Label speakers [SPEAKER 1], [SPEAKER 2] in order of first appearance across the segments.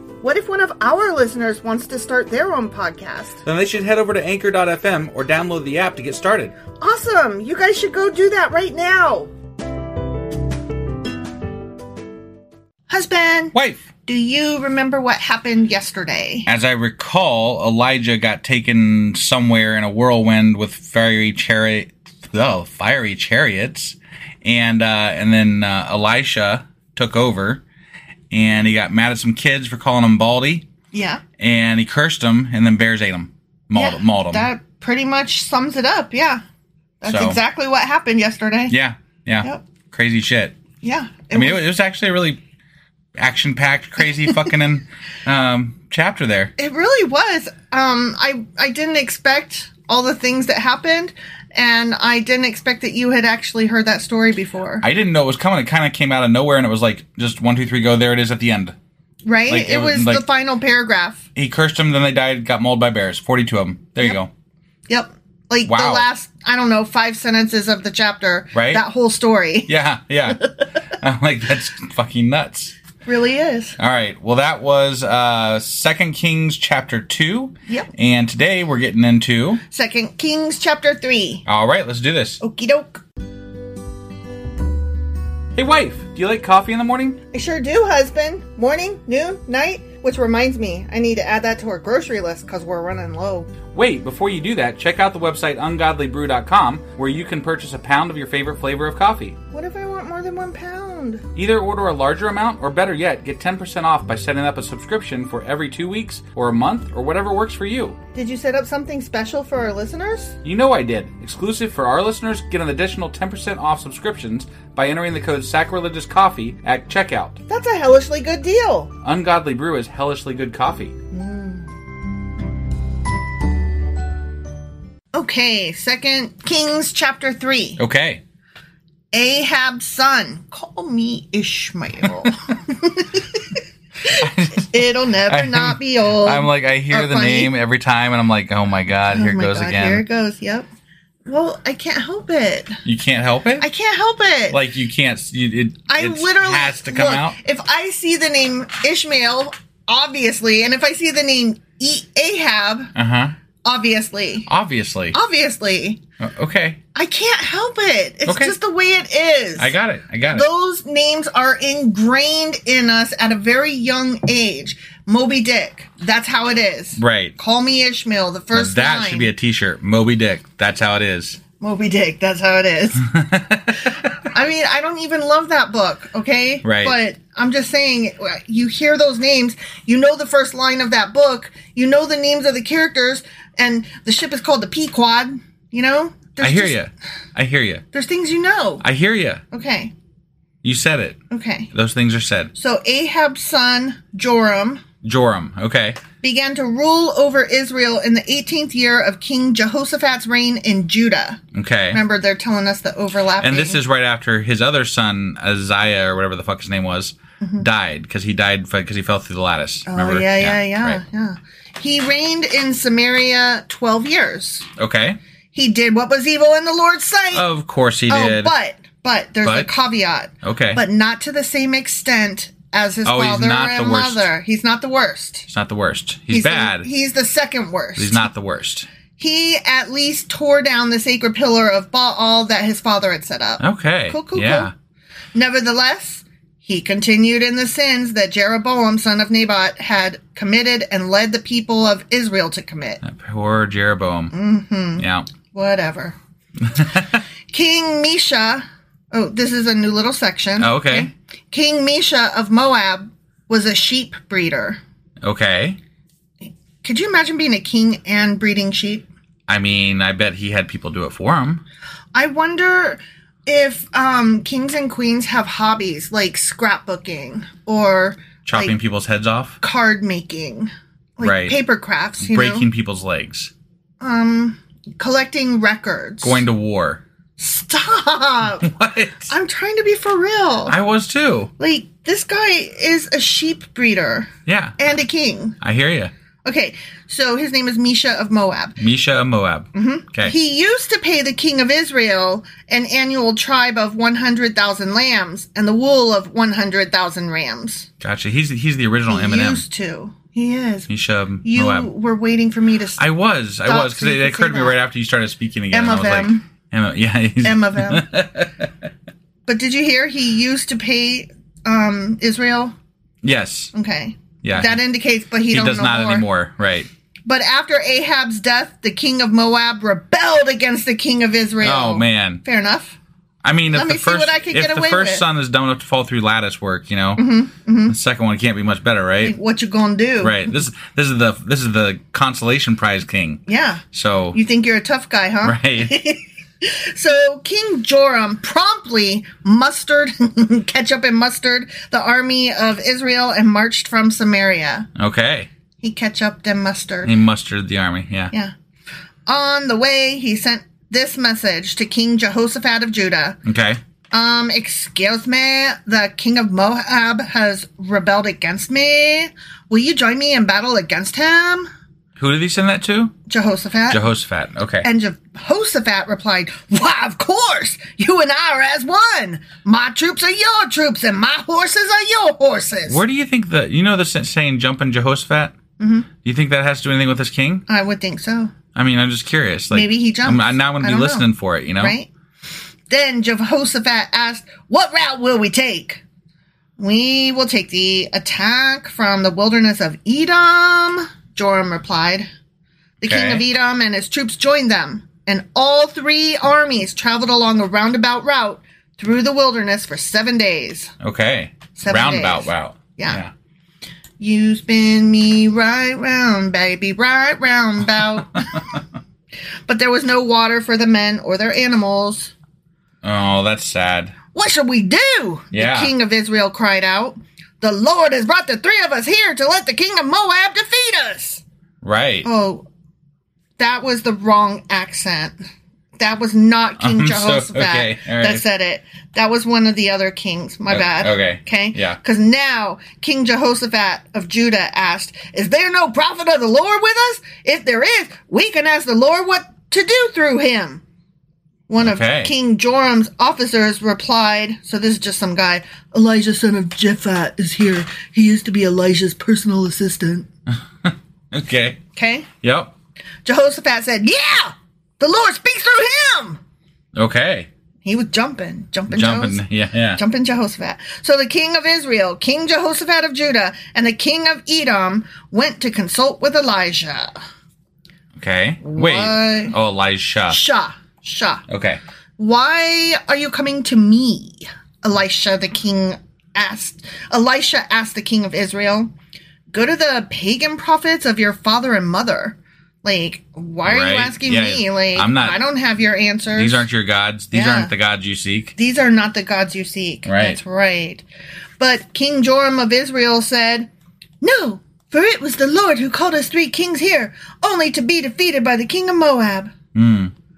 [SPEAKER 1] what if one of our listeners wants to start their own podcast?
[SPEAKER 2] Then they should head over to anchor.fm or download the app to get started.
[SPEAKER 1] Awesome! You guys should go do that right now! Husband,
[SPEAKER 2] Wife!
[SPEAKER 1] do you remember what happened yesterday?
[SPEAKER 2] As I recall, Elijah got taken somewhere in a whirlwind with fiery chariot, oh, fiery chariots, and uh, and then uh, Elisha took over, and he got mad at some kids for calling him Baldy,
[SPEAKER 1] Yeah.
[SPEAKER 2] and he cursed them, and then bears ate him, mauled,
[SPEAKER 1] Yeah,
[SPEAKER 2] mauled him.
[SPEAKER 1] That pretty much sums it up, yeah. That's
[SPEAKER 2] So-
[SPEAKER 1] exactly what happened yesterday.
[SPEAKER 2] yeah, yeah,
[SPEAKER 1] Yep.
[SPEAKER 2] crazy shit.
[SPEAKER 1] Yeah.
[SPEAKER 2] I mean, it was, it was actually a really action-packed, crazy fucking um, chapter there.
[SPEAKER 1] It really was. Um, I I didn't expect all the things that happened, and I didn't expect that you had actually heard that story before.
[SPEAKER 2] I didn't know it was coming. It kind of came out of nowhere, and it was like just one, two, three, go. There it is at the end.
[SPEAKER 1] right?
[SPEAKER 2] like,
[SPEAKER 1] it,
[SPEAKER 2] it was
[SPEAKER 1] was the
[SPEAKER 2] like-
[SPEAKER 1] final paragraph.
[SPEAKER 2] He cursed them, then they died, got mauled by bears. 42 of them. There you go.
[SPEAKER 1] Yep. Like the
[SPEAKER 2] Wow.
[SPEAKER 1] last, I don't know, five sentences of the chapter.
[SPEAKER 2] Right?
[SPEAKER 1] That whole story.
[SPEAKER 2] Yeah, yeah. I'm like, that's fucking nuts.
[SPEAKER 1] Really is.
[SPEAKER 2] All right. Well, that was uh Second Kings chapter two.
[SPEAKER 1] Yep.
[SPEAKER 2] And today we're getting into.
[SPEAKER 1] Second Kings chapter three.
[SPEAKER 2] All right, let's do this.
[SPEAKER 1] Okie doke.
[SPEAKER 2] Hey, wife, do you like coffee in the morning?
[SPEAKER 1] I sure do, husband. Morning, noon, night. Which reminds me, I need to add that to our grocery list because we're running low.
[SPEAKER 2] Wait, before you do that, check out the website ungodlybrew.com where you can purchase a pound of your favorite flavor of coffee.
[SPEAKER 1] What if I want more than one pound?
[SPEAKER 2] Either order a larger amount, or better yet, get 10% off by setting up a subscription for every two weeks, or a month, or whatever works for you.
[SPEAKER 1] Did you set up something special for our listeners?
[SPEAKER 2] You know I did. Exclusive for our listeners, get an additional 10% off subscriptions by entering the code sacrilegiouscoffee at checkout.
[SPEAKER 1] That's a hellishly good deal.
[SPEAKER 2] Ungodly Brew is hellishly good coffee.
[SPEAKER 1] Okay, Second Kings chapter three.
[SPEAKER 2] Okay.
[SPEAKER 1] Ahab's son, call me Ishmael. It'll never
[SPEAKER 2] I'm-
[SPEAKER 1] not be old.
[SPEAKER 2] I'm like, I hear
[SPEAKER 1] or
[SPEAKER 2] the
[SPEAKER 1] funny.
[SPEAKER 2] name every time, and I'm like, oh my god,
[SPEAKER 1] Oh
[SPEAKER 2] here
[SPEAKER 1] my
[SPEAKER 2] goes
[SPEAKER 1] God,
[SPEAKER 2] again.
[SPEAKER 1] Here it goes. Yep. Well, I can't help it.
[SPEAKER 2] You can't help it?
[SPEAKER 1] I can't help it.
[SPEAKER 2] like, you can't, you, it,
[SPEAKER 1] I
[SPEAKER 2] it's-
[SPEAKER 1] literally
[SPEAKER 2] has to come
[SPEAKER 1] look,
[SPEAKER 2] out.
[SPEAKER 1] If I see the name Ishmael, obviously, and if I see the name e- Ahab,
[SPEAKER 2] Uh huh.
[SPEAKER 1] obviously,
[SPEAKER 2] Obviously.
[SPEAKER 1] obviously,
[SPEAKER 2] Uh, okay.
[SPEAKER 1] I can't help it. It's
[SPEAKER 2] Okay.
[SPEAKER 1] just the way it is.
[SPEAKER 2] I got it. I got it.
[SPEAKER 1] Those names are ingrained in us at a very young age. Moby Dick. That's how it is.
[SPEAKER 2] Right.
[SPEAKER 1] Call me Ishmael. The first
[SPEAKER 2] that
[SPEAKER 1] line.
[SPEAKER 2] should be a T-shirt. Moby Dick. That's how it is.
[SPEAKER 1] Moby Dick. That's how it is. I mean, I don't even love that book, okay?
[SPEAKER 2] Right.
[SPEAKER 1] But I'm just saying, you hear those names, you know the first line of that book, you know the names of the characters, and the ship is called the Pequod, you know? There's
[SPEAKER 2] I hear
[SPEAKER 1] just-
[SPEAKER 2] you. I hear you.
[SPEAKER 1] There's things you know.
[SPEAKER 2] I hear you.
[SPEAKER 1] okay,
[SPEAKER 2] You said it.
[SPEAKER 1] okay.
[SPEAKER 2] Those things are said.
[SPEAKER 1] So Ahab's son, Joram,
[SPEAKER 2] Joram. Okay.
[SPEAKER 1] began to rule over Israel in the 18th year of King Jehoshaphat's reign in Judah.
[SPEAKER 2] Okay.
[SPEAKER 1] Remember, they're telling us the overlapping.
[SPEAKER 2] And this is right after his other son, Isaiah or whatever the fuck his name was, died because he died because he fell through the lattice.
[SPEAKER 1] Mm-hmm. Oh,
[SPEAKER 2] Remember?
[SPEAKER 1] yeah, yeah, yeah,
[SPEAKER 2] right.
[SPEAKER 1] yeah. He reigned in Samaria 12 years.
[SPEAKER 2] Okay.
[SPEAKER 1] He did what was evil in the Lord's sight.
[SPEAKER 2] Of course he
[SPEAKER 1] oh,
[SPEAKER 2] did.
[SPEAKER 1] but, but, there's a
[SPEAKER 2] But?
[SPEAKER 1] caveat.
[SPEAKER 2] okay.
[SPEAKER 1] But not to the same extent as his
[SPEAKER 2] Oh, he's
[SPEAKER 1] father
[SPEAKER 2] not
[SPEAKER 1] and
[SPEAKER 2] the worst.
[SPEAKER 1] mother. He's not the worst.
[SPEAKER 2] he's not the worst. He's,
[SPEAKER 1] the-
[SPEAKER 2] bad.
[SPEAKER 1] he's the second worst.
[SPEAKER 2] he's not the worst.
[SPEAKER 1] He at least tore down the sacred pillar of Baal that his father had set up.
[SPEAKER 2] Okay.
[SPEAKER 1] Cool, cool,
[SPEAKER 2] yeah.
[SPEAKER 1] Nevertheless, he continued in the sins that Jeroboam, son of Nebat, had committed and led the people of Israel to commit.
[SPEAKER 2] That poor Jeroboam. Mm-hmm. Yeah.
[SPEAKER 1] Whatever. King Misha. Oh, this is a new little section.
[SPEAKER 2] Oh, okay.
[SPEAKER 1] King Misha of Moab was a sheep breeder.
[SPEAKER 2] Okay.
[SPEAKER 1] Could you imagine being a king and breeding sheep?
[SPEAKER 2] I mean, I bet he had people do it for him.
[SPEAKER 1] I wonder if um, kings and queens have hobbies like scrapbooking or
[SPEAKER 2] Chopping
[SPEAKER 1] like,
[SPEAKER 2] people's heads off,
[SPEAKER 1] card making, like
[SPEAKER 2] Right.
[SPEAKER 1] paper crafts, you
[SPEAKER 2] breaking
[SPEAKER 1] know,
[SPEAKER 2] people's legs,
[SPEAKER 1] um, collecting records.
[SPEAKER 2] going to war.
[SPEAKER 1] Stop!
[SPEAKER 2] What?
[SPEAKER 1] I'm trying to be for real.
[SPEAKER 2] I was too.
[SPEAKER 1] like this guy is a sheep breeder.
[SPEAKER 2] Yeah.
[SPEAKER 1] and a king.
[SPEAKER 2] I hear you.
[SPEAKER 1] Okay, so his name is Misha of Moab.
[SPEAKER 2] Misha of Moab. Mm-hmm. Okay.
[SPEAKER 1] He used to pay the king of Israel an annual tribe of 100,000 lambs and the wool of 100,000 rams.
[SPEAKER 2] gotcha. He's he's the original
[SPEAKER 1] he
[SPEAKER 2] Eminem.
[SPEAKER 1] used to. He is.
[SPEAKER 2] Misha of
[SPEAKER 1] You
[SPEAKER 2] Moab.
[SPEAKER 1] were waiting for me to. s-
[SPEAKER 2] I was. I
[SPEAKER 1] Stop
[SPEAKER 2] was
[SPEAKER 1] so
[SPEAKER 2] because
[SPEAKER 1] you
[SPEAKER 2] it,
[SPEAKER 1] can
[SPEAKER 2] occurred
[SPEAKER 1] say
[SPEAKER 2] to me
[SPEAKER 1] that.
[SPEAKER 2] right after you started speaking again.
[SPEAKER 1] M
[SPEAKER 2] and I
[SPEAKER 1] of
[SPEAKER 2] was like,
[SPEAKER 1] M.
[SPEAKER 2] Emma, yeah. he's-
[SPEAKER 1] M of M. but did you hear he used to pay um, Israel?
[SPEAKER 2] Yes.
[SPEAKER 1] Okay.
[SPEAKER 2] Yeah.
[SPEAKER 1] That indicates, but he,
[SPEAKER 2] He
[SPEAKER 1] don't
[SPEAKER 2] does
[SPEAKER 1] know
[SPEAKER 2] not
[SPEAKER 1] more.
[SPEAKER 2] anymore. Right.
[SPEAKER 1] But after Ahab's death, the king of Moab rebelled against the king of Israel.
[SPEAKER 2] Oh man.
[SPEAKER 1] Fair enough.
[SPEAKER 2] I mean, if
[SPEAKER 1] Let
[SPEAKER 2] the
[SPEAKER 1] me see
[SPEAKER 2] first
[SPEAKER 1] what I can
[SPEAKER 2] if
[SPEAKER 1] get
[SPEAKER 2] the
[SPEAKER 1] away
[SPEAKER 2] first
[SPEAKER 1] with. Mm-hmm,
[SPEAKER 2] son is dumb enough to fall through lattice work, you know, the second one can't be much better, right?
[SPEAKER 1] Like, what you gonna do?
[SPEAKER 2] Right. This this is the this is the consolation prize king.
[SPEAKER 1] Yeah.
[SPEAKER 2] So
[SPEAKER 1] You think you're a tough guy, huh?
[SPEAKER 2] right.
[SPEAKER 1] So King Joram promptly mustered, ketchup and mustard, the army of Israel and marched from Samaria.
[SPEAKER 2] Okay.
[SPEAKER 1] He ketchuped and mustard.
[SPEAKER 2] He mustered the army. Yeah.
[SPEAKER 1] Yeah. On the way, he sent this message to King Jehoshaphat of Judah.
[SPEAKER 2] Okay.
[SPEAKER 1] Um, excuse me, the king of Moab has rebelled against me. Will you join me in battle against him?
[SPEAKER 2] Who did he send that to?
[SPEAKER 1] Jehoshaphat.
[SPEAKER 2] Jehoshaphat. Okay.
[SPEAKER 1] And Jehoshaphat replied, Why, of course! You and I are as one! My troops are your troops, and my horses are your horses!
[SPEAKER 2] Where do you think the you know the s- saying "jumping Jehoshaphat"? Mm-hmm. Do you think that has to do anything with his king?
[SPEAKER 1] I would think so,
[SPEAKER 2] I mean, I'm just curious. Like
[SPEAKER 1] Maybe he jumps.
[SPEAKER 2] I'm, I'm not going to
[SPEAKER 1] I
[SPEAKER 2] be
[SPEAKER 1] don't know.
[SPEAKER 2] listening for it. You know,
[SPEAKER 1] right? Then Jehoshaphat asked, What route will we take? We will take the attack from the wilderness of Edom, Joram replied. The king of
[SPEAKER 2] Okay.
[SPEAKER 1] Edom and his troops joined them, and all three armies traveled along a roundabout route through the wilderness for seven days.
[SPEAKER 2] Okay.
[SPEAKER 1] Seven
[SPEAKER 2] Roundabout
[SPEAKER 1] days.
[SPEAKER 2] route.
[SPEAKER 1] Yeah. You spin me right round, baby, right round bout. but there was no water for the men or their animals.
[SPEAKER 2] Yeah. Oh, that's sad.
[SPEAKER 1] What shall we do?
[SPEAKER 2] Yeah.
[SPEAKER 1] The king of Israel cried out. The Lord has brought the three of us here to let the king of Moab defeat us.
[SPEAKER 2] Right.
[SPEAKER 1] Oh, that was the wrong accent. That was not King
[SPEAKER 2] I'm so-
[SPEAKER 1] Jehoshaphat
[SPEAKER 2] okay, all right.
[SPEAKER 1] that said it. That was one of the other kings. My
[SPEAKER 2] O-
[SPEAKER 1] bad.
[SPEAKER 2] okay,
[SPEAKER 1] Okay.
[SPEAKER 2] yeah.
[SPEAKER 1] Because now King Jehoshaphat of Judah asked, Is there no prophet of the Lord with us? If there is, we can ask the Lord what to do through him. One
[SPEAKER 2] Okay.
[SPEAKER 1] of King Joram's officers replied, so this is just some guy, Elijah son of Japhat is here. He used to be Elijah's personal assistant.
[SPEAKER 2] Okay.
[SPEAKER 1] Okay?
[SPEAKER 2] Yep.
[SPEAKER 1] Jehoshaphat said, Yeah, the Lord speaks through him.
[SPEAKER 2] Okay.
[SPEAKER 1] He was jumping, jumping,
[SPEAKER 2] Jumping.
[SPEAKER 1] Jehosh-
[SPEAKER 2] Yeah. Yeah.
[SPEAKER 1] jumping Jehoshaphat. So the king of Israel, King Jehoshaphat of Judah, and the king of Edom went to consult with Elijah.
[SPEAKER 2] Okay. Wait.
[SPEAKER 1] Why-
[SPEAKER 2] Oh, Elisha.
[SPEAKER 1] Shah, Shah,
[SPEAKER 2] Okay.
[SPEAKER 1] why are you coming to me? Elisha, the king asked. Elisha asked the king of Israel, Go to the pagan prophets of your father and mother. Like, why are
[SPEAKER 2] Right.
[SPEAKER 1] you asking
[SPEAKER 2] Yeah,
[SPEAKER 1] me? Like,
[SPEAKER 2] I'm not-
[SPEAKER 1] I don't have your answers.
[SPEAKER 2] These aren't your gods. These
[SPEAKER 1] Yeah.
[SPEAKER 2] aren't the gods you seek.
[SPEAKER 1] These are not the gods you seek.
[SPEAKER 2] Right.
[SPEAKER 1] That's right. But King Joram of Israel said, No, for it was the Lord who called us three kings here, only to be defeated by the king of Moab.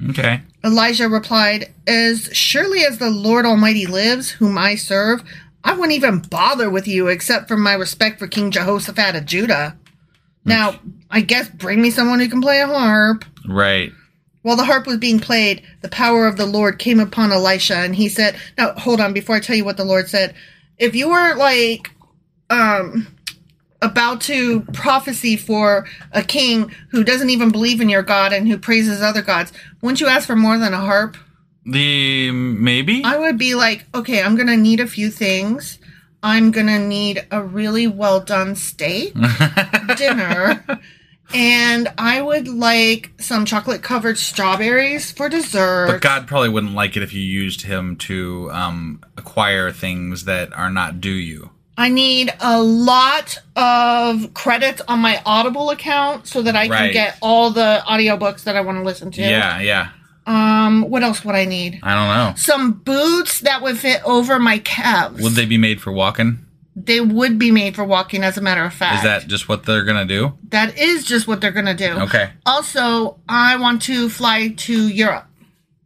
[SPEAKER 2] Okay.
[SPEAKER 1] Elijah replied, As surely as the Lord Almighty lives, whom I serve, I wouldn't even bother with you except for my respect for King Jehoshaphat of Judah. Now, I guess bring me someone who can play a harp.
[SPEAKER 2] Right.
[SPEAKER 1] While the harp was being played, the power of the Lord came upon Elisha, and he said, "Now hold on. Before I tell you what the Lord said, if you were like, um, about to prophecy for a king who doesn't even believe in your God and who praises other gods, wouldn't you ask for more than a harp?
[SPEAKER 2] The maybe.
[SPEAKER 1] I would be like, okay, I'm gonna need a few things. I'm gonna need a really well done steak dinner." And I would like some chocolate covered strawberries for dessert.
[SPEAKER 2] But God probably wouldn't like it if you used him to um, acquire things that are not due you.
[SPEAKER 1] I need a lot of credits on my Audible account so that I
[SPEAKER 2] Right.
[SPEAKER 1] can get all the audiobooks that I want to listen to.
[SPEAKER 2] Yeah. Yeah.
[SPEAKER 1] Um, what else would I need?
[SPEAKER 2] I don't know.
[SPEAKER 1] Some boots that would fit over my calves.
[SPEAKER 2] Would they be made for walking?
[SPEAKER 1] They would be made for walking, as a matter of fact.
[SPEAKER 2] Is that just what they're gonna do?
[SPEAKER 1] That is just what they're gonna do.
[SPEAKER 2] Okay.
[SPEAKER 1] Also, I want to fly to Europe.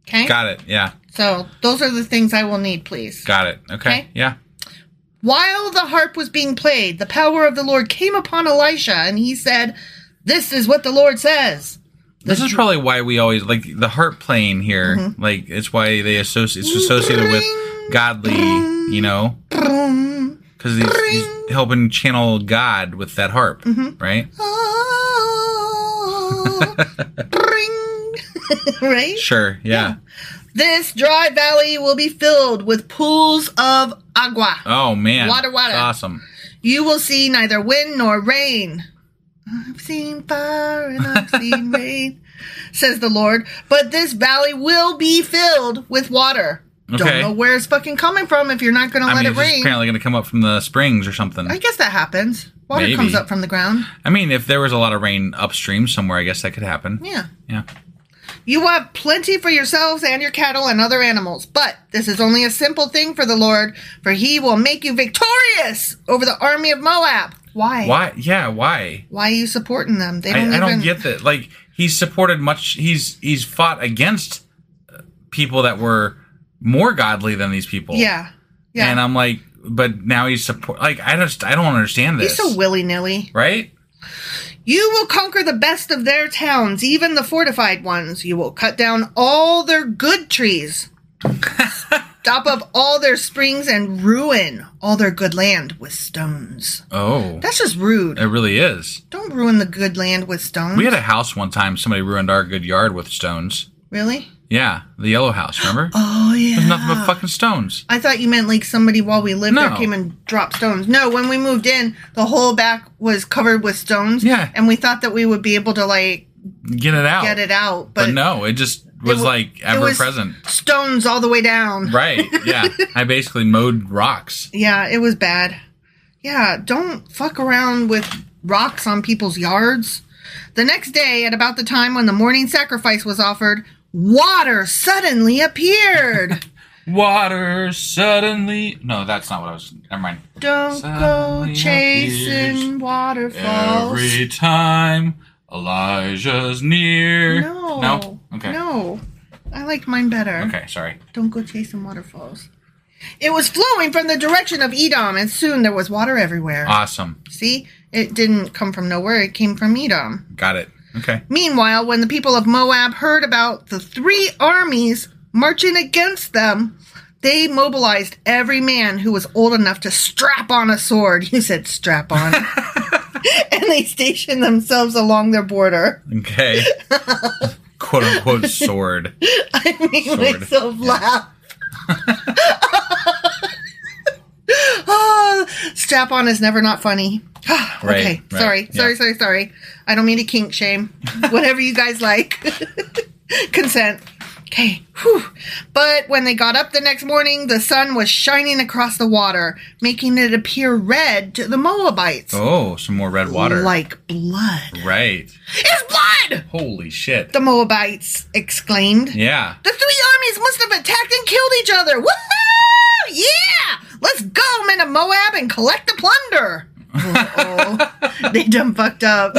[SPEAKER 1] Okay.
[SPEAKER 2] Got it. Yeah.
[SPEAKER 1] So those are the things I will need, please.
[SPEAKER 2] Got it. Okay.
[SPEAKER 1] Okay.
[SPEAKER 2] Yeah.
[SPEAKER 1] While the harp was being played, the power of the Lord came upon Elisha, and he said, This is what the Lord says.
[SPEAKER 2] This is probably why we always like the harp playing here. Like it's why they associate it's associated with godly, you know, because he's, he's helping channel God with that harp, right?
[SPEAKER 1] Ring. right?
[SPEAKER 2] Sure, yeah.
[SPEAKER 1] This dry valley will be filled with pools of agua.
[SPEAKER 2] Oh man,
[SPEAKER 1] Wada wada.
[SPEAKER 2] That's awesome.
[SPEAKER 1] You will see neither wind nor rain. I've seen fire and I've seen rain, says the Lord, but this valley will be filled with water. Don't
[SPEAKER 2] Okay.
[SPEAKER 1] know where it's fucking coming from if you're not going to
[SPEAKER 2] I
[SPEAKER 1] let
[SPEAKER 2] mean,
[SPEAKER 1] it
[SPEAKER 2] it's just
[SPEAKER 1] rain.
[SPEAKER 2] apparently going to come up from the springs or something.
[SPEAKER 1] I guess that happens. Water
[SPEAKER 2] Maybe.
[SPEAKER 1] comes up from the ground.
[SPEAKER 2] I mean, if there was a lot of rain upstream somewhere, I guess that could happen.
[SPEAKER 1] Yeah.
[SPEAKER 2] Yeah.
[SPEAKER 1] You will have plenty for yourselves and your cattle and other animals, but this is only a simple thing for the Lord, for he will make you victorious over the army of Moab. Why?
[SPEAKER 2] Why? Yeah. Why?
[SPEAKER 1] Why are you supporting them? They
[SPEAKER 2] I,
[SPEAKER 1] don't
[SPEAKER 2] I
[SPEAKER 1] even
[SPEAKER 2] don't get that. Like he's supported much. He's he's fought against uh, people that were more godly than these people.
[SPEAKER 1] Yeah. Yeah.
[SPEAKER 2] And I'm like, but now he's support. Like I just I don't understand this.
[SPEAKER 1] He's so willy nilly.
[SPEAKER 2] right?
[SPEAKER 1] You will conquer the best of their towns, even the fortified ones. You will cut down all their good trees, stop up all their springs, and ruin all their good land with stones.
[SPEAKER 2] Oh,
[SPEAKER 1] That's just rude.
[SPEAKER 2] it really is.
[SPEAKER 1] Don't ruin the good land with stones.
[SPEAKER 2] We had a house one time. Somebody ruined our good yard with stones.
[SPEAKER 1] really?
[SPEAKER 2] Yeah, the yellow house. Remember?
[SPEAKER 1] Oh yeah.
[SPEAKER 2] There's nothing but fucking stones.
[SPEAKER 1] I thought you meant like somebody while we lived there
[SPEAKER 2] No.
[SPEAKER 1] came and dropped stones. No, when we moved in, the whole back was covered with stones.
[SPEAKER 2] Yeah.
[SPEAKER 1] And we thought that we would be able to like
[SPEAKER 2] Get it out.
[SPEAKER 1] get it out, but,
[SPEAKER 2] But, no, it just was
[SPEAKER 1] wa-
[SPEAKER 2] like
[SPEAKER 1] it
[SPEAKER 2] ever
[SPEAKER 1] was-
[SPEAKER 2] present.
[SPEAKER 1] stones all the way down.
[SPEAKER 2] Right. Yeah. I basically mowed rocks.
[SPEAKER 1] Yeah, it was bad. Yeah, don't fuck around with rocks on people's yards. The next day, at about the time when the morning sacrifice was offered, water suddenly appeared.
[SPEAKER 2] Water suddenly. No, that's not what I was. Never mind.
[SPEAKER 1] don't go
[SPEAKER 2] Suddenly
[SPEAKER 1] chasing
[SPEAKER 2] appears
[SPEAKER 1] waterfalls.
[SPEAKER 2] Every time Elijah's near.
[SPEAKER 1] No.
[SPEAKER 2] No. Okay.
[SPEAKER 1] No. I liked mine better.
[SPEAKER 2] Okay. Sorry.
[SPEAKER 1] Don't go chasing waterfalls. It was flowing from the direction of Edom, and soon there was water everywhere.
[SPEAKER 2] Ah. Awesome.
[SPEAKER 1] See? It didn't come from nowhere, it came from Edom.
[SPEAKER 2] Got it. Okay.
[SPEAKER 1] Meanwhile, when the people of Moab heard about the three armies marching against them, they mobilized every man who was old enough to strap on a sword. You said strap on. and they stationed themselves along their border.
[SPEAKER 2] Okay. "Quote unquote sword."
[SPEAKER 1] I made
[SPEAKER 2] Sword.
[SPEAKER 1] myself laugh. oh, strap on is never not funny.
[SPEAKER 2] Right,
[SPEAKER 1] okay,
[SPEAKER 2] right,
[SPEAKER 1] sorry,
[SPEAKER 2] yeah.
[SPEAKER 1] sorry, sorry, sorry. I don't mean to kink shame. Whatever you guys like. Consent. Okay. Whew. But when they got up the next morning, the sun was shining across the water, making it appear red to the Moabites.
[SPEAKER 2] Oh, some more red water.
[SPEAKER 1] Like blood.
[SPEAKER 2] Right.
[SPEAKER 1] It's blood!
[SPEAKER 2] Holy shit.
[SPEAKER 1] The Moabites exclaimed.
[SPEAKER 2] Yeah.
[SPEAKER 1] The three armies must have attacked and killed each other. Woohoo! Yeah! Let's go, men of Moab, and collect the plunder. Uh-oh. they done fucked up.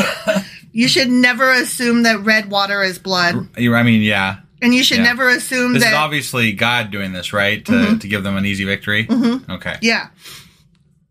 [SPEAKER 1] You should never assume that red water is blood,
[SPEAKER 2] You- I mean, yeah.
[SPEAKER 1] and you should
[SPEAKER 2] Yeah.
[SPEAKER 1] never assume
[SPEAKER 2] This
[SPEAKER 1] that.
[SPEAKER 2] is obviously God doing this, right? To,
[SPEAKER 1] Mm-hmm.
[SPEAKER 2] to give them an easy victory. Okay.
[SPEAKER 1] yeah.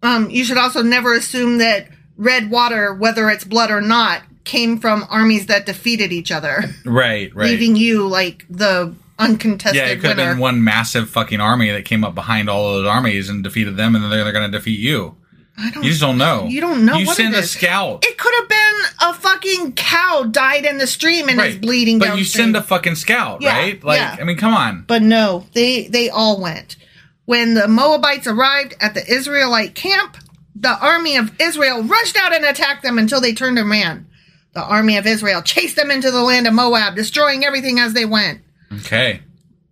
[SPEAKER 1] Um. You should also never assume that red water, whether it's blood or not, came from armies that defeated each other,
[SPEAKER 2] Right. Right.
[SPEAKER 1] leaving you like the uncontested
[SPEAKER 2] yeah, it could
[SPEAKER 1] winner.
[SPEAKER 2] have been one massive fucking army that came up behind all of those armies and defeated them, and then they're, they're going to defeat you.
[SPEAKER 1] I don't
[SPEAKER 2] You just don't know.
[SPEAKER 1] You don't know
[SPEAKER 2] You
[SPEAKER 1] what
[SPEAKER 2] send
[SPEAKER 1] it
[SPEAKER 2] a
[SPEAKER 1] is.
[SPEAKER 2] scout.
[SPEAKER 1] It could have been a fucking cow died in the stream and is bleeding
[SPEAKER 2] But
[SPEAKER 1] down.
[SPEAKER 2] you send a fucking scout,
[SPEAKER 1] Yeah,
[SPEAKER 2] right? Like,
[SPEAKER 1] yeah.
[SPEAKER 2] I mean, come on.
[SPEAKER 1] But no, they they all went. When the Moabites arrived at the Israelite camp, the army of Israel rushed out and attacked them until they turned a man. The army of Israel chased them into the land of Moab, destroying everything as they went.
[SPEAKER 2] Okay.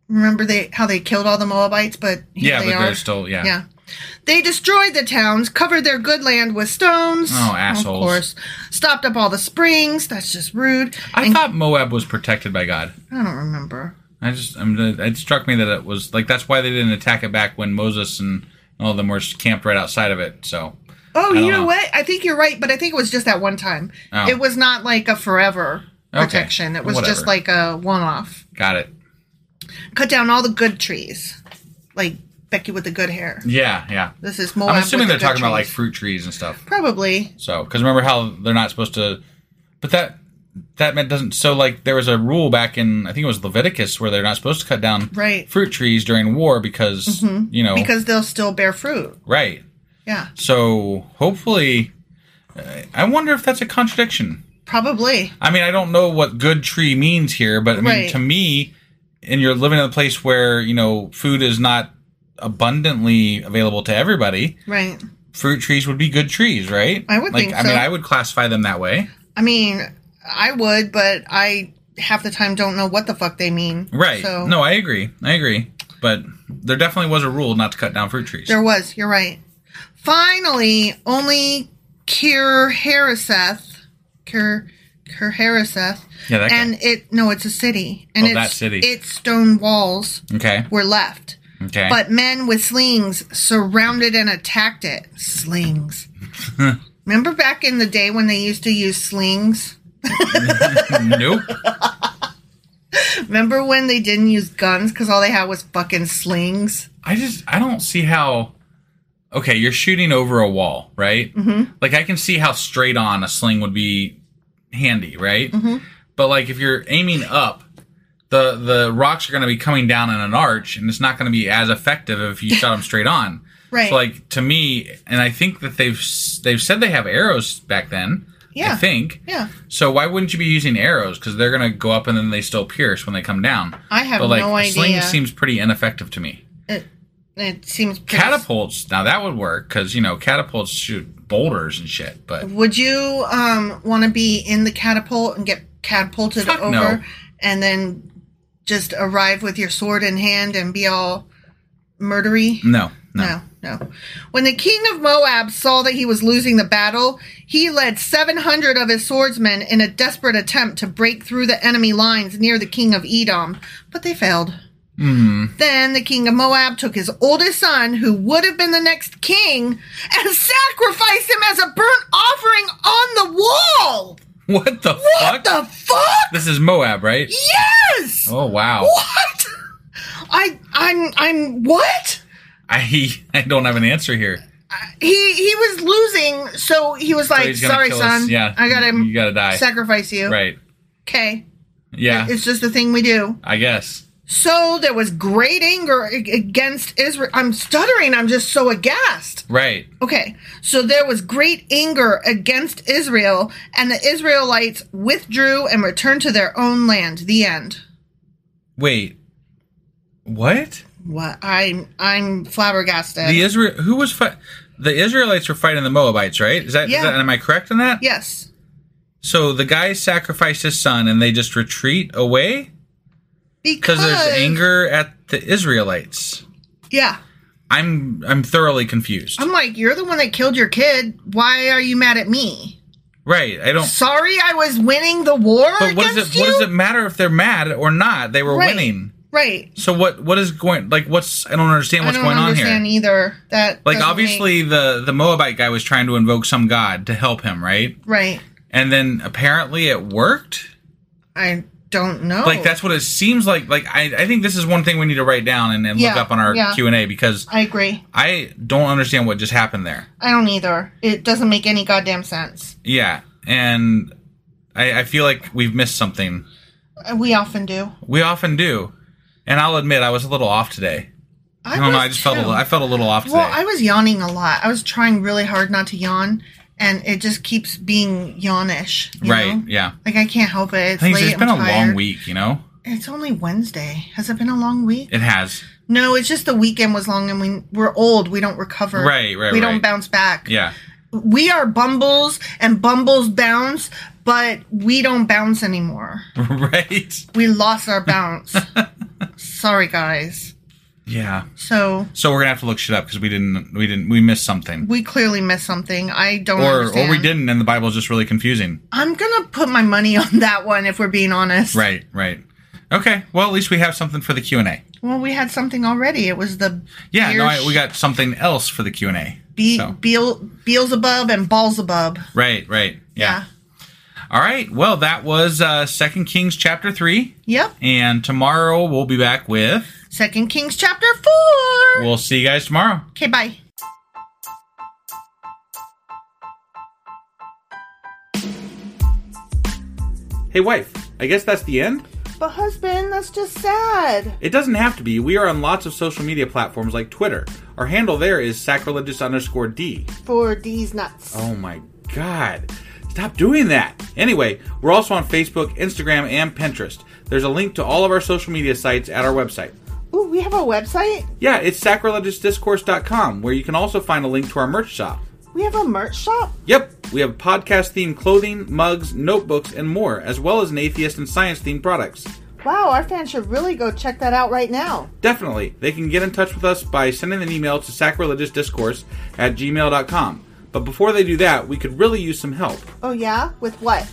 [SPEAKER 1] Remember they how they killed all the Moabites, but here
[SPEAKER 2] Yeah,
[SPEAKER 1] they
[SPEAKER 2] but
[SPEAKER 1] are.
[SPEAKER 2] they're still, yeah.
[SPEAKER 1] Yeah. They destroyed the towns, covered their good land with stones.
[SPEAKER 2] Oh, assholes.
[SPEAKER 1] Of course. Stopped up all the springs. That's just rude.
[SPEAKER 2] I thought Moab was protected by God.
[SPEAKER 1] I don't remember.
[SPEAKER 2] I just, I mean, it struck me that it was like that's why they didn't attack it back when Moses and all of them were camped right outside of it. So,
[SPEAKER 1] Oh,
[SPEAKER 2] don't
[SPEAKER 1] you know,
[SPEAKER 2] know.
[SPEAKER 1] what? I think you're right, but I think it was just that one time.
[SPEAKER 2] Oh.
[SPEAKER 1] It was not like a forever
[SPEAKER 2] Okay.
[SPEAKER 1] protection. It was just
[SPEAKER 2] Whatever.
[SPEAKER 1] like a one off.
[SPEAKER 2] got it.
[SPEAKER 1] Cut down all the good trees, like Becky with the good hair.
[SPEAKER 2] Yeah, yeah.
[SPEAKER 1] This is Moab.
[SPEAKER 2] I'm assuming they're
[SPEAKER 1] with the
[SPEAKER 2] talking
[SPEAKER 1] good
[SPEAKER 2] about like
[SPEAKER 1] trees.
[SPEAKER 2] fruit trees and stuff.
[SPEAKER 1] Probably.
[SPEAKER 2] So, because remember how they're not supposed to, but that that meant doesn't. So, like there was a rule back in I think it was Leviticus where they're not supposed to cut down
[SPEAKER 1] Right. Mm-hmm.
[SPEAKER 2] fruit trees during war because you know
[SPEAKER 1] Because they'll still bear fruit.
[SPEAKER 2] right.
[SPEAKER 1] Yeah.
[SPEAKER 2] So hopefully, uh, I wonder if that's a contradiction.
[SPEAKER 1] Probably.
[SPEAKER 2] I mean, I don't know what good tree means here, but I mean,
[SPEAKER 1] Right.
[SPEAKER 2] to me, and you're living in a place where you know food is not abundantly available to everybody.
[SPEAKER 1] Right.
[SPEAKER 2] Fruit trees would be good trees, right?
[SPEAKER 1] I would
[SPEAKER 2] like.
[SPEAKER 1] think
[SPEAKER 2] I mean,
[SPEAKER 1] so.
[SPEAKER 2] I would classify them that way.
[SPEAKER 1] I mean, I would, but I half the time don't know what the fuck they mean.
[SPEAKER 2] Right.
[SPEAKER 1] So
[SPEAKER 2] No, I agree. I agree. But there definitely was a rule not to cut down fruit trees.
[SPEAKER 1] there was. You're right. Finally, only Kir Harriseth, Kir Kir Harriseth.
[SPEAKER 2] Yeah, that guy.
[SPEAKER 1] and it no, it's a city, and
[SPEAKER 2] Oh,
[SPEAKER 1] it's
[SPEAKER 2] that city.
[SPEAKER 1] its stone walls
[SPEAKER 2] okay.
[SPEAKER 1] were left.
[SPEAKER 2] Okay.
[SPEAKER 1] But men with slings surrounded and attacked it. Slings. Remember back in the day when they used to use slings?
[SPEAKER 2] nope.
[SPEAKER 1] Remember when they didn't use guns because all they had was fucking slings?
[SPEAKER 2] I just I don't see how. Okay, you're shooting over a wall, right? Mm-hmm. Like I can see how straight on a sling would be handy, right?
[SPEAKER 1] Mm-hmm.
[SPEAKER 2] But like if you're aiming up, the the rocks are going to be coming down in an arch, and it's not going to be as effective if you shot them straight on.
[SPEAKER 1] Right.
[SPEAKER 2] So like to me, and I think that they've s- they've said they have arrows back then. I
[SPEAKER 1] Yeah.
[SPEAKER 2] think.
[SPEAKER 1] Yeah.
[SPEAKER 2] So why wouldn't you be using arrows? Because they're gonna go up and then they still pierce when they come down.
[SPEAKER 1] I have
[SPEAKER 2] but like
[SPEAKER 1] no
[SPEAKER 2] a sling
[SPEAKER 1] idea.
[SPEAKER 2] seems pretty ineffective to me.
[SPEAKER 1] It, it seems pretty-
[SPEAKER 2] Catapults now that would work because you know catapults shoot boulders and shit. But
[SPEAKER 1] Would you um want to be in the catapult and get catapulted
[SPEAKER 2] Fuck
[SPEAKER 1] over
[SPEAKER 2] no.
[SPEAKER 1] and then just arrive with your sword in hand and be all murdery?
[SPEAKER 2] no, no,
[SPEAKER 1] No, no. When the king of Moab saw that he was losing the battle, he led 700 of his swordsmen in a desperate attempt to break through the enemy lines near the king of Edom, but they failed. Then the king of Moab took his oldest son, who would have been the next king, and sacrificed him as a burnt offering on the wall.
[SPEAKER 2] What the fuck?
[SPEAKER 1] What the fuck?
[SPEAKER 2] this is Moab, right?
[SPEAKER 1] Yes.
[SPEAKER 2] Oh wow.
[SPEAKER 1] What? I I'm I'm what?
[SPEAKER 2] I I don't have an answer here.
[SPEAKER 1] he he was losing, so he was like,
[SPEAKER 2] he's gonna
[SPEAKER 1] "Sorry,
[SPEAKER 2] kill us.
[SPEAKER 1] son,
[SPEAKER 2] Yeah,
[SPEAKER 1] I got him.
[SPEAKER 2] you gotta die."
[SPEAKER 1] Sacrifice you.
[SPEAKER 2] Right.
[SPEAKER 1] Okay,
[SPEAKER 2] Yeah.
[SPEAKER 1] it's just the thing we do."
[SPEAKER 2] I guess.
[SPEAKER 1] So there was great anger a- against Israel. I'm stuttering. I'm just so aghast.
[SPEAKER 2] Right.
[SPEAKER 1] Okay, so there was great anger against Israel, and the Israelites withdrew and returned to their own land. The end.
[SPEAKER 2] Wait. What?
[SPEAKER 1] What? I'm I'm flabbergasted.
[SPEAKER 2] The Israel who was fi- the Israelites were fighting the Moabites, right? Is that, is
[SPEAKER 1] Yeah.
[SPEAKER 2] that am I correct in that?
[SPEAKER 1] yes.
[SPEAKER 2] So the guy sacrificed his son and they just retreat away because
[SPEAKER 1] Because
[SPEAKER 2] there's anger at the Israelites.
[SPEAKER 1] Yeah.
[SPEAKER 2] I'm I'm thoroughly confused.
[SPEAKER 1] I'm like, you're the one that killed your kid. Why are you mad at me?
[SPEAKER 2] right. I don't
[SPEAKER 1] Sorry, I was winning the war
[SPEAKER 2] But what
[SPEAKER 1] against
[SPEAKER 2] does it
[SPEAKER 1] you.
[SPEAKER 2] what does it matter if they're mad or not? They were
[SPEAKER 1] Right.
[SPEAKER 2] winning.
[SPEAKER 1] Right.
[SPEAKER 2] So what what is going like what's I don't understand
[SPEAKER 1] I
[SPEAKER 2] what's
[SPEAKER 1] don't
[SPEAKER 2] going on here.
[SPEAKER 1] understand either. That
[SPEAKER 2] like
[SPEAKER 1] doesn't
[SPEAKER 2] obviously the the Moabite guy was trying to invoke some god to help him, right?
[SPEAKER 1] make- right.
[SPEAKER 2] And then apparently it worked.
[SPEAKER 1] I don't know.
[SPEAKER 2] Like that's what it seems like. Like I, I think this is one thing we need to write down and, and look
[SPEAKER 1] Yeah,
[SPEAKER 2] up on our
[SPEAKER 1] yeah.
[SPEAKER 2] Q and A because
[SPEAKER 1] I agree.
[SPEAKER 2] I don't understand what just happened there.
[SPEAKER 1] I don't either. It doesn't make any goddamn sense.
[SPEAKER 2] Yeah, and I, I feel like we've missed something.
[SPEAKER 1] Uh, We often do.
[SPEAKER 2] We often do, and I'll admit I was a little off today. I, don't know.
[SPEAKER 1] was
[SPEAKER 2] I just felt a
[SPEAKER 1] too.
[SPEAKER 2] little, I felt a little off today.
[SPEAKER 1] Well, I was yawning a lot. I was trying really hard not to yawn, and it just keeps being yawnish. you
[SPEAKER 2] right?
[SPEAKER 1] know?
[SPEAKER 2] Yeah.
[SPEAKER 1] Like I can't help it. It's
[SPEAKER 2] I think
[SPEAKER 1] late.
[SPEAKER 2] it's been
[SPEAKER 1] I'm
[SPEAKER 2] a long
[SPEAKER 1] tired.
[SPEAKER 2] week. You know,
[SPEAKER 1] It's only Wednesday. Has it been a long week?
[SPEAKER 2] it has.
[SPEAKER 1] No, it's just the weekend was long and we we're old. We don't recover.
[SPEAKER 2] Right, right, right.
[SPEAKER 1] We don't bounce back.
[SPEAKER 2] Yeah.
[SPEAKER 1] We are bumbles and bumbles bounce, but we don't bounce anymore.
[SPEAKER 2] right.
[SPEAKER 1] We lost our bounce. Sorry guys.
[SPEAKER 2] Yeah.
[SPEAKER 1] So
[SPEAKER 2] So we're gonna have to look shit up because we didn't, we didn't, we missed something,
[SPEAKER 1] we clearly missed something. I don't
[SPEAKER 2] or
[SPEAKER 1] understand.
[SPEAKER 2] or we didn't, and the Bible's just really confusing.
[SPEAKER 1] I'm gonna put my money on that one if we're being honest.
[SPEAKER 2] Right, right. Okay. Well, at least we have something for the Q and A.
[SPEAKER 1] Well, we had something already. It was the
[SPEAKER 2] Yeah. No,
[SPEAKER 1] Beersh-
[SPEAKER 2] I, we got something else for the Q and A.
[SPEAKER 1] Be-
[SPEAKER 2] so.
[SPEAKER 1] Beel- Beelzebub and Ballsabub.
[SPEAKER 2] Right, right. Yeah. All right. Well, that was uh Second Kings chapter three,
[SPEAKER 1] Yep.
[SPEAKER 2] and tomorrow we'll be back with.
[SPEAKER 1] Second Kings chapter four.
[SPEAKER 2] We'll see you guys tomorrow.
[SPEAKER 1] Okay, bye.
[SPEAKER 2] Hey, wife. I guess that's the end.
[SPEAKER 1] But husband, that's just sad.
[SPEAKER 2] It doesn't have to be. We are on lots of social media platforms like Twitter. Our handle there is sacrilegious underscore d.
[SPEAKER 1] For these nuts.
[SPEAKER 2] Oh my god. Stop doing that. Anyway, we're also on Facebook, Instagram, and Pinterest. There's a link to all of our social media sites at our website.
[SPEAKER 1] Ooh, we have a website?
[SPEAKER 2] Yeah, it's sacrilegiousdiscourse.com where you can also find a link to our merch shop.
[SPEAKER 1] We have a merch shop?
[SPEAKER 2] Yep, we have podcast themed clothing, mugs, notebooks, and more, as well as an atheist and science themed products.
[SPEAKER 1] Wow, our fans should really go check that out right now.
[SPEAKER 2] Definitely, they can get in touch with us by sending an email to sacrilegiousdiscourse at gmail.com. But before they do that, we could really use some help.
[SPEAKER 1] Oh, yeah? With what?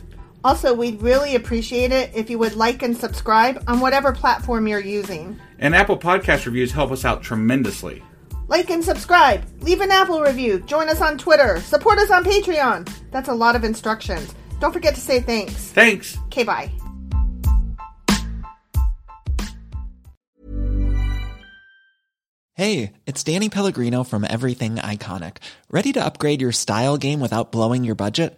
[SPEAKER 1] Also, we'd really appreciate it if you would like and subscribe on whatever platform you're using.
[SPEAKER 2] And Apple Podcast reviews help us out tremendously.
[SPEAKER 1] Like and subscribe. Leave an Apple review. Join us on Twitter. Support us on Patreon. That's a lot of instructions. Don't forget to say thanks.
[SPEAKER 2] Thanks.
[SPEAKER 1] Okay, bye.
[SPEAKER 3] Hey, it's Danny Pellegrino from Everything Iconic. Ready to upgrade your style game without blowing your budget?